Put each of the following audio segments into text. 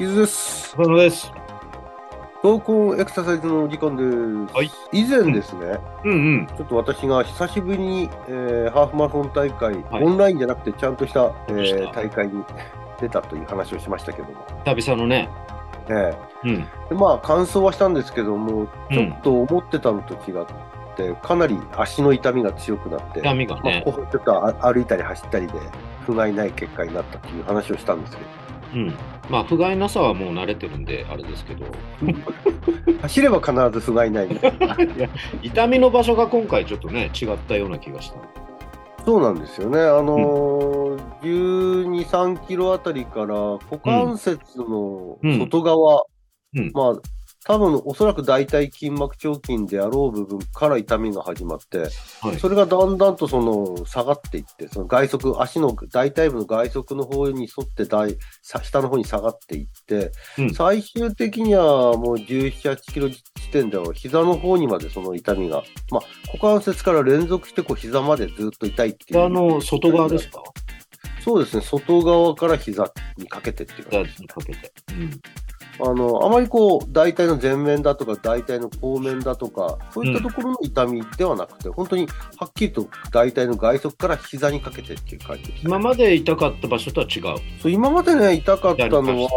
ズです。お疲れ様です。合コンエクササイズのお時間です。はい以前ですね、うんうん。ちょっと私が久しぶりに、えーハーフマラソン大会、はいオンラインじゃなくてちゃんとした、えどうしーた大会に 出たという話をしましたけども、久々のね。えうん。えでまあ感想はしたんですけども、うちょんっ。と思ってたのと違って、かなり足の痛みが強くなって、痛みがまあ、ねこ。うちょっとあ歩いたり走ったりで、不甲斐ない結果になったという話をしたんですけど。うん。まあ、不甲斐なさはもう慣れてるんで、あれですけど。走れば必ず不甲斐ないみたいな。痛みの場所が今回ちょっとね、違ったような気がした。そうなんですよね。あのー12、3キロあたりから股関節の外側、うんうんまあ、多分おそらく大腿筋膜腸筋であろう部分から痛みが始まって、はい。それがだんだんとその下がっていって、その外側、足の大腿部の外側の方に沿って大さ下の方に下がっていって、うん最終的にはもう17、8キロ地点では膝の方にまでその痛みが、まあ、股関節から連続してこう膝までずっと痛いっていう。あの、外側ですかそうですね、外側から膝にかけてっていう膝かにかけて。うん。あの、あまりこう、大体の前面だとか、大体の後面だとか、そういったところの痛みではなくて、本当にはっきりと大体の外側から膝にかけてっていう感じです、ね。今まで痛かった場所とは違う。そう今までね、痛かったやりのまは、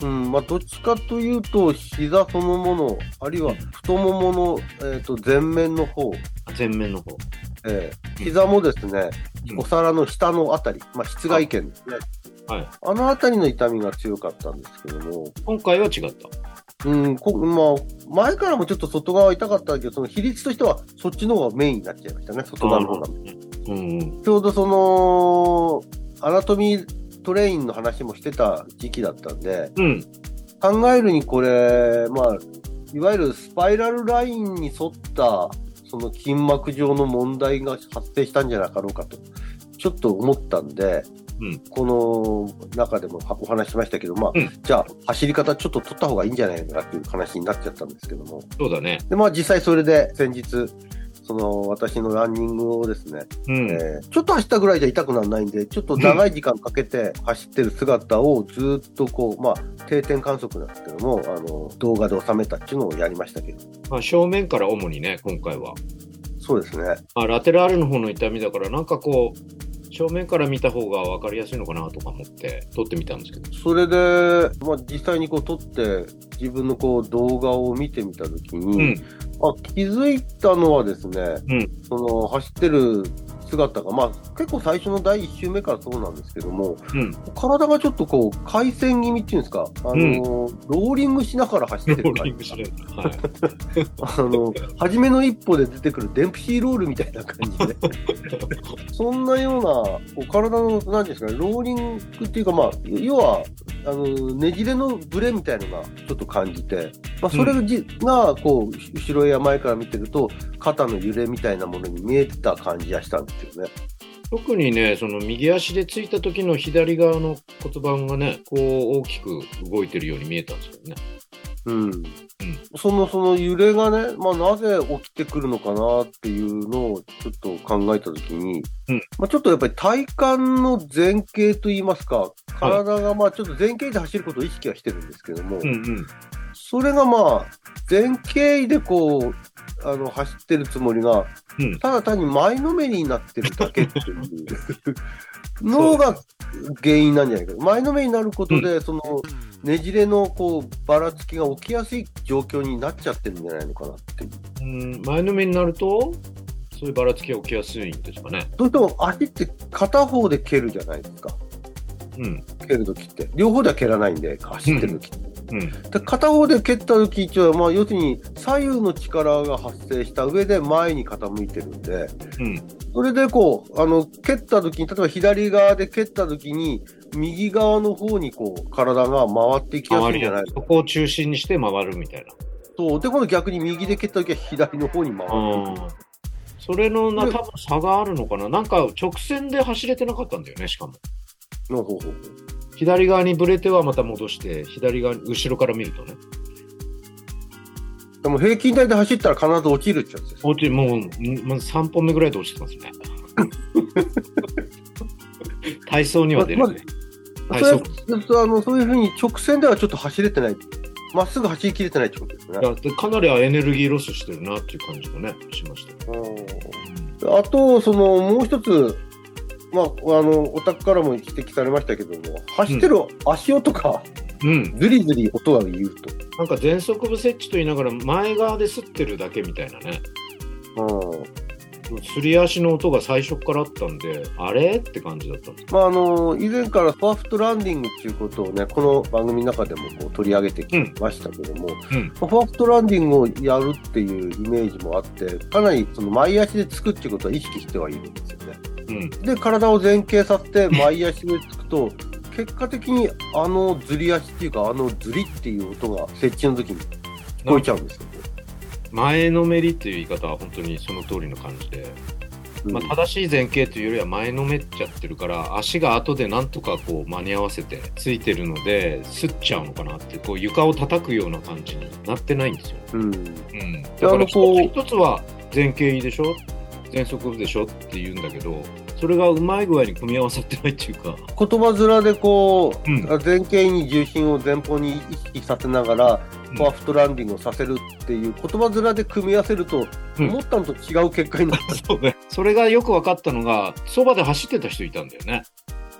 うん、まあ、どっちかというと、膝そのもの、あるいは太ももの、えっ、と、前面の方、前面の方。えー膝もですね、うんお皿の下のあたり、まあ、室外腱ですね。はい。あのあたりの痛みが強かったんですけども、今回は違った。うん、こまあ、前からもちょっと外側痛かったけど、その比率としては、そっちの方がメインになっちゃいましたね、外側の方が。うんうん。ちょうどその、アナトミートレインの話もしてた時期だったんで、うん。考えるにこれ、まあ、いわゆるスパイラルラインに沿った、その筋膜上の問題が発生したんじゃなかろうかと、ちょっと思ったんで、うんこの中でもお話ししましたけど、まあ、うんじゃあ、走り方ちょっと取った方がいいんじゃないのかっていう話になっちゃったんですけども。そうだね。で、まあ実際それで先日、その私のランニングをですね、うん。えーちょっと走ったぐらいじゃ痛くならないんで、ちょっと長い時間かけて走ってる姿をずーっとこう、まあ定点観測なんですけども、あの、動画で収めたっていうのをやりましたけど、まあ、正面から主にね、今回は。そうですね。まあ、ラテラールの方の痛みだから、なんかこう、正面から見た方が分かりやすいのかなとか思って、撮ってみたんですけど。それで、まあ実際にこう撮って、自分のこう動画を見てみたときに、うん。まあ、気づいたのはですね、うんその走ってる姿が、まあ結構最初の第1周目からそうなんですけども、 うん。体がちょっとこう回旋気味っていうんですか、あのーローリングしながら走ってロるー感リングじしない。はい。あのー初めの一歩で出てくるデンプシーロールみたいな感じでそんなようなこう体の何ですかねローリングっていうかまあ要はあのーねじれのブレみたいのがちょっと感じて、まあ、それが,、がこう後ろや前から見てると肩の揺れみたいなものに見えてた感じがしたんですよね。 特にね、その右足でついた時の左側の骨盤がね、こう大きく動いてるように見えたんですけどね。うんそのその揺れがね、まあ、なぜ起きてくるのかなっていうのをちょっと考えたときに、うんまあ、ちょっとやっぱり体幹の前傾といいますか、体がまあちょっと前傾で走ることを意識はしてるんですけども、うんうん。それがまあ前傾でこう、あの走ってるつもりが、うんただ単に前のめりになってるだけっていうのが原因なんじゃないかと前のめりになることで、そのねじれのこうばらつきが起きやすい状況になっちゃってるんじゃないのかなっていう。うん前のめになると、そういうばらつきが起きやすいんですかね。それとも足って片方で蹴るじゃないですか。うん。蹴るときって。両方では蹴らないんで、走ってるときって。うん。で片方で蹴ったとき一応、まあ、要するに左右の力が発生した上で前に傾いてるんで、うん。それでこう、あの、蹴ったときに、例えば左側で蹴ったときに、右側の方にこう、体が回っていきやすいんじゃないそこを中心にして回るみたいな。そう。で、今度逆に右で蹴ったときは左の方に回る。うん。それのな、うん多分差があるのかな。なんか直線で走れてなかったんだよね、しかも。の方法。左側にブレてはまた戻して、左側に、後ろから見るとね。でも平均台で走ったら必ず落ちるってやつです。落ちもう、んまず3本目ぐらい で落ちてますね。体操には出る、ねはそれいそはうずっとあのそういうふうに直線ではちょっと走れてない、まっすぐ走りきれてないってことですねい。やでかなりエネルギーロスしてるなっていう感じがねしましたうんあと、そのもう一つ、まあ、あのお宅からも指摘されましたけども、走ってる足音がうんずりずり音が言うなんか全速部設置と言いながら前側で擦ってるだけみたいなねと、うんすり足の音が最初からあったんであれって感じだったんですまあ、あの以前からファーストランディングっていうことをね、この番組の中でもこう取り上げてきましたけども、うんファーストランディングをやるっていうイメージもあって、かなりその前足でつくっていうことは意識してはいるんですよね。うんで体を前傾させ て前足でつくと結果的にあのずり足っていうかあのずりっていう音が設置の時に聞こえちゃうんですよね。前のめりっていう言い方は本当にその通りの感じで、うんまあ、正しい前傾というよりは前のめっちゃってるから足が後でなんとかこう間に合わせてついてるので擦っちゃうのかなってこう床を叩くような感じになってないんですよ、うんうん、だあからの一つこう一つは前傾でしょ前足でしょって言うんだけどそれがうまい具合に組み合わさってないっていう か、言葉面でこう、うん前傾に重心を前方に意識させながら、うんファーストランディングをさせるっていう言葉面で組み合わせると、うん思ったのと違う結果 になる、そうね。それがよく分かったのが、そばで走ってた人いたんだよね。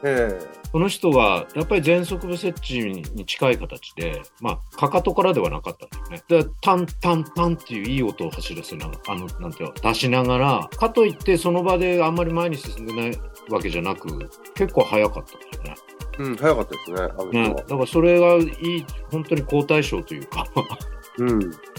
えこの人は、やっぱり全速部設置に近い形で、まあ、かかとからではなかったんだよね。で、タンタンタンっていういい音を走らせながら、あの、なんていうの、出しながら、かといってその場であんまり前に進んでないわけじゃなく、結構早かったんだよね。えうん、早かったですね、あのうん。人だは。からそれがいい、本当に好対象という か、うん、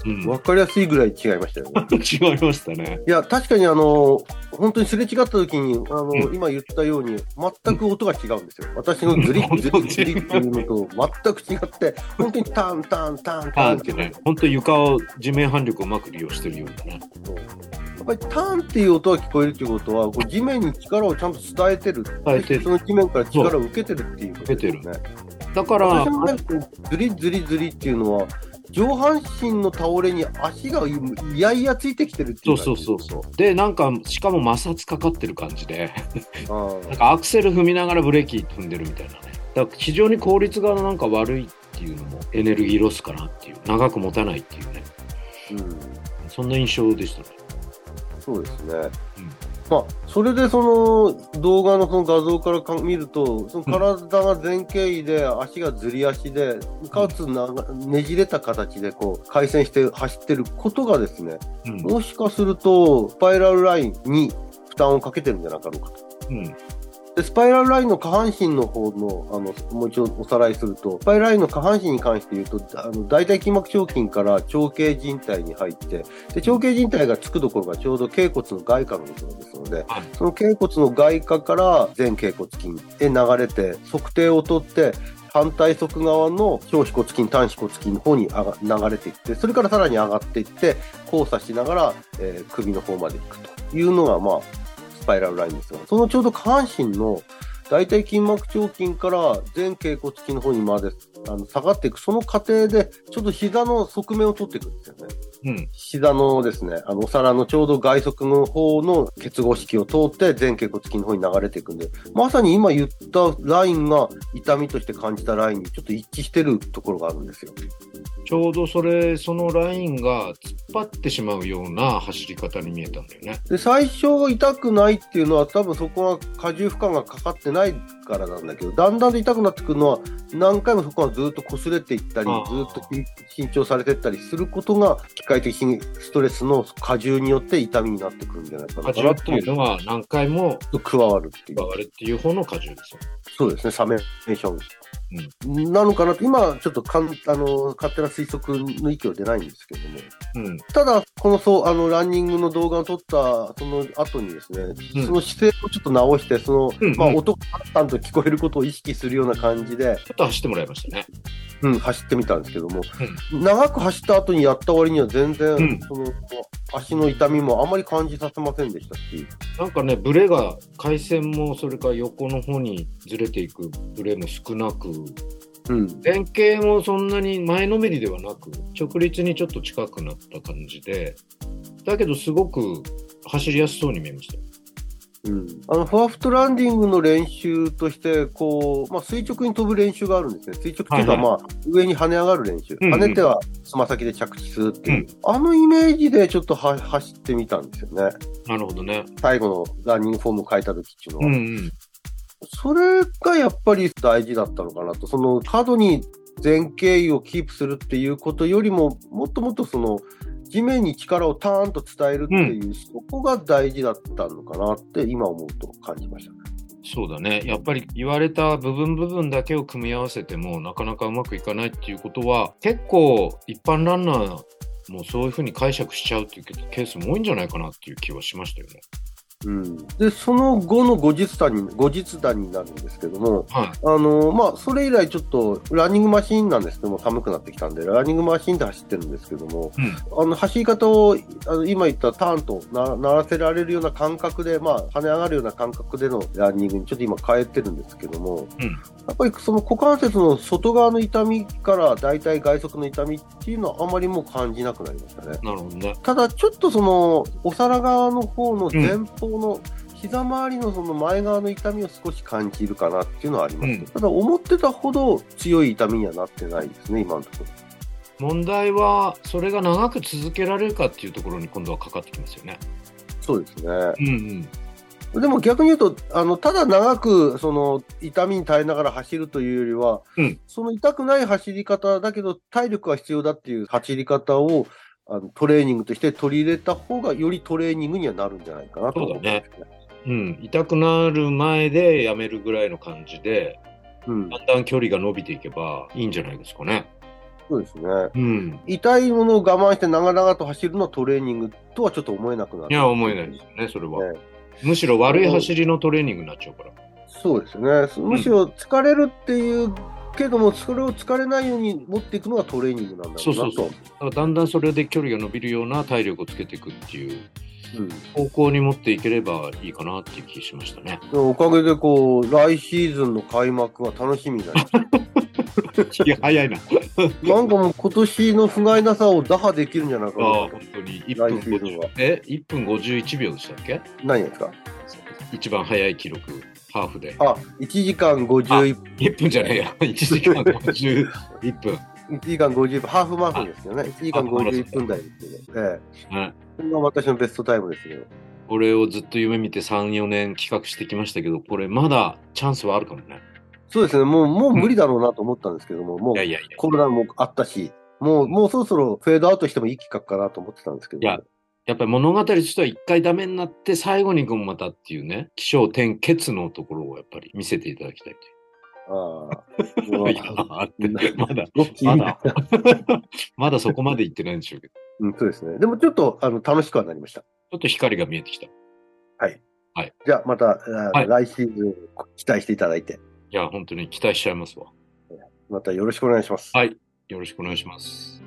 うん。分かりやすいぐらい違いましたよね。違いましたね。いや、確かにあの、本当にすれ違った時に、あの、う今言ったように、全く音が違うんですよ。私のズリうんッ、ズリッ、ズリッっていうのと全く違って、本当にタン、タン、タン、タタンンっってていうね、本当に床を、地面反力をうまく利用してるようだね。そうやっぱりタンっていう音が聞こえるっていうことは、こう地面に力をちゃんと伝えてる。伝えてるその地面から力を受けてるっていうことですね。受だから、私もなんかこう、ズリズリズリっていうのは、上半身の倒れに足がいやいやついてきてるっていそううそうそうそう。で、なんか、しかも摩擦かかってる感じで、う。あなんかアクセル踏みながらブレーキ踏んでるみたいなね。だから非常に効率がなんか悪いっていうのもエネルギーロスかなっていう、長く持たないっていうね、ーうんそんな印象でしたね。そうですね。まあ、それでその動画のその画像からか見ると、その体が前傾位で、足がずり足で、かつながねじれた形でこう回転して走ってることがですね、うもしかするとスパイラルラインに負担をかけてるんじゃなかろうかと。ん。うん。でスパイラルラインの下半身の方の、あの、もう一度おさらいすると、スパイラルラインの下半身に関して言うと、あの、大腿筋膜腸筋から腸径靭帯に入って、で、腸径靭帯がつくところがちょうど脛骨の外下のところですのではい、その脛骨の外下から前脛骨筋へ流れて、測定を取って、反対側側の小腓骨筋、短腓骨筋の方に上が流れていって、それからさらに上がっていって、交差しながら、えー首の方まで行くというのが、まあ、スパイラルラインですが、そのちょうど下半身の大腿筋膜腸筋から前脛骨筋の方にまであの下がっていく、その過程で、ちょっと膝の側面を取っていくんですよね。うん。膝のですね、あの、お皿のちょうど外側の方の結合式を通って前脛骨筋の方に流れていくんで、まさに今言ったラインが痛みとして感じたラインにちょっと一致してるところがあるんですよ。ちょうどそれ、そのラインが突っ張ってしまうような走り方に見えたんだよね。で、最初痛くないっていうのは多分そこが荷重負荷がかかってないからなんだけど、だんだんと痛くなってくるのは何回もそこがずっと擦れていったり、ずあーっと緊張されていったりすることが機械的にストレスの荷重によって痛みになってくるんじゃないかな荷かな重っってていいううのは何回も加わるっていう上。がるっていう方の荷重ですよ。そうですね、サメーション。なのかなと、今、ちょっとかんあの勝手な推測の域は出ないんですけども、うん。ただ、このそうあのランニングの動画を撮ったその後にですね、うんその姿勢をちょっと直して、その、うんまあ、うん音が淡々と聞こえることを意識するような感じで、ちょっと走ってもらいましたね。うん、走ってみたんですけども、長く走った後にやった割には全然、うんその足の痛みもあまり感じさせませんでしたし、なんかね、ブレが、回線も、それから横の方にずれていくブレも少なく、うん、前傾もそんなに前のめりではなく、直立にちょっと近くなった感じで、だけどすごく走りやすそうに見えましたよ。ううん、あのファーフトランディングの練習としてこう、まあ、垂直に飛ぶ練習があるんですね、垂直というか、はいはいまあ上に跳ね上がる練習、うんうん跳ねてはつま先で着地するっていう、あのイメージでちょっとは走ってみたんですよね、なるほどね。最後のランニングフォームを変えた時っていうのは。うんうん。それがやっぱり大事だったのかなと、その過度に前傾位をキープするっていうことよりも、もっともっとその地面に力をターンと伝えるっていう、そこが大事だったのかなって、今思うと感じましたね。そうだね。やっぱり言われた部分部分だけを組み合わせてもなかなかうまくいかないっていうことは結構一般ランナーもそういうふうに解釈しちゃうっていうケースも多いんじゃないかなっていう気はしましたよね。うん、でその後の後日談に後日談になるんですけども、はあのまあ、それ以来、ちょっとランニングマシーンなんですけども、寒くなってきたんで、ランニングマシーンで走ってるんですけども、あの走り方をあの今言ったターンとな鳴らせられるような感覚で、まあ、跳ね上がるような感覚でのランニングにちょっと今変えてるんですけども、うんやっぱりその股関節の外側の痛みから大体外側の痛みっていうのはあまりもう感じなくなりましたね。い。なるほどね。ただちょっとそのお皿側の方の前方の膝周りのその前側の痛みを少し感じるかなっていうのはあります、うんただ思ってたほど強い痛みにはなってないですね今のところ問題はそれが長く続けられるかっていうところに今度はかかってきますよね。そうですねうんうん。でも逆に言うとあのただ長くその痛みに耐えながら走るというよりは、うんその痛くない走り方だけど体力が必要だっていう走り方をあのトレーニングとして取り入れた方がよりトレーニングにはなるんじゃないかなと思うんですね。うん、痛くなる前でやめるぐらいの感じで、うんだ、んだん距離が伸びていけばいいんじゃないですかね。そうですね。うん。痛いものを我慢して長々と走るのはトレーニングとはちょっと思えなくなる。いや、思えないですよね、それは。ねむしろ悪い走りのトレーニングになっちゃうから。そうですね。すむしろ疲れるっていう、けども、それを疲れないように持っていくのがトレーニングなんだろうなと。そうそうそうだからだんだんそれで距離が伸びるような体力をつけていくっていううん方向に持っていければいいかなっていう気しましたね。でもおかげで、こう、来シーズンの開幕が楽しみに なりました。 いや、早いな。あなんかもう今年の不甲斐なさを打破できるんじゃないかあ、な本当に。1分来シーズンは50え、1分51秒でしたっけ何ですか一番早い記録、ハーフで。あ、1時間51分、 1分じゃねえや、1時間51分。 1時間51分、ハーフマラソンですよね。1時間51分台ですけど、ええ。はいそれが私のベストタイムですけど。これをずっと夢見て3、4年企画してきましたけど、これまだチャンスはあるかもね。そうですね、もう、もう無理だろうなと思ったんですけども、もういやいやいや。コロナもあったし、もう、もうそろそろフェードアウトしてもいい企画かなと思ってたんですけど、いややっぱり物語としては一回ダメになって最後にもまたっていうね、起承転結のところをやっぱり見せていただきたいと ああ、もいう。いやうあってまだ、 ロッキーまみたいだ、 まだそこまで行ってないんでしょうけど、うん、そうですね。でもちょっと、あの、楽しくはなりました。ちょっと光が見えてきた。いじゃあ、また、あはのい来シーズン期待していただいて、や、本当に期待しちゃいますわ。またよろしくお願いします。はい、よろしくお願いします。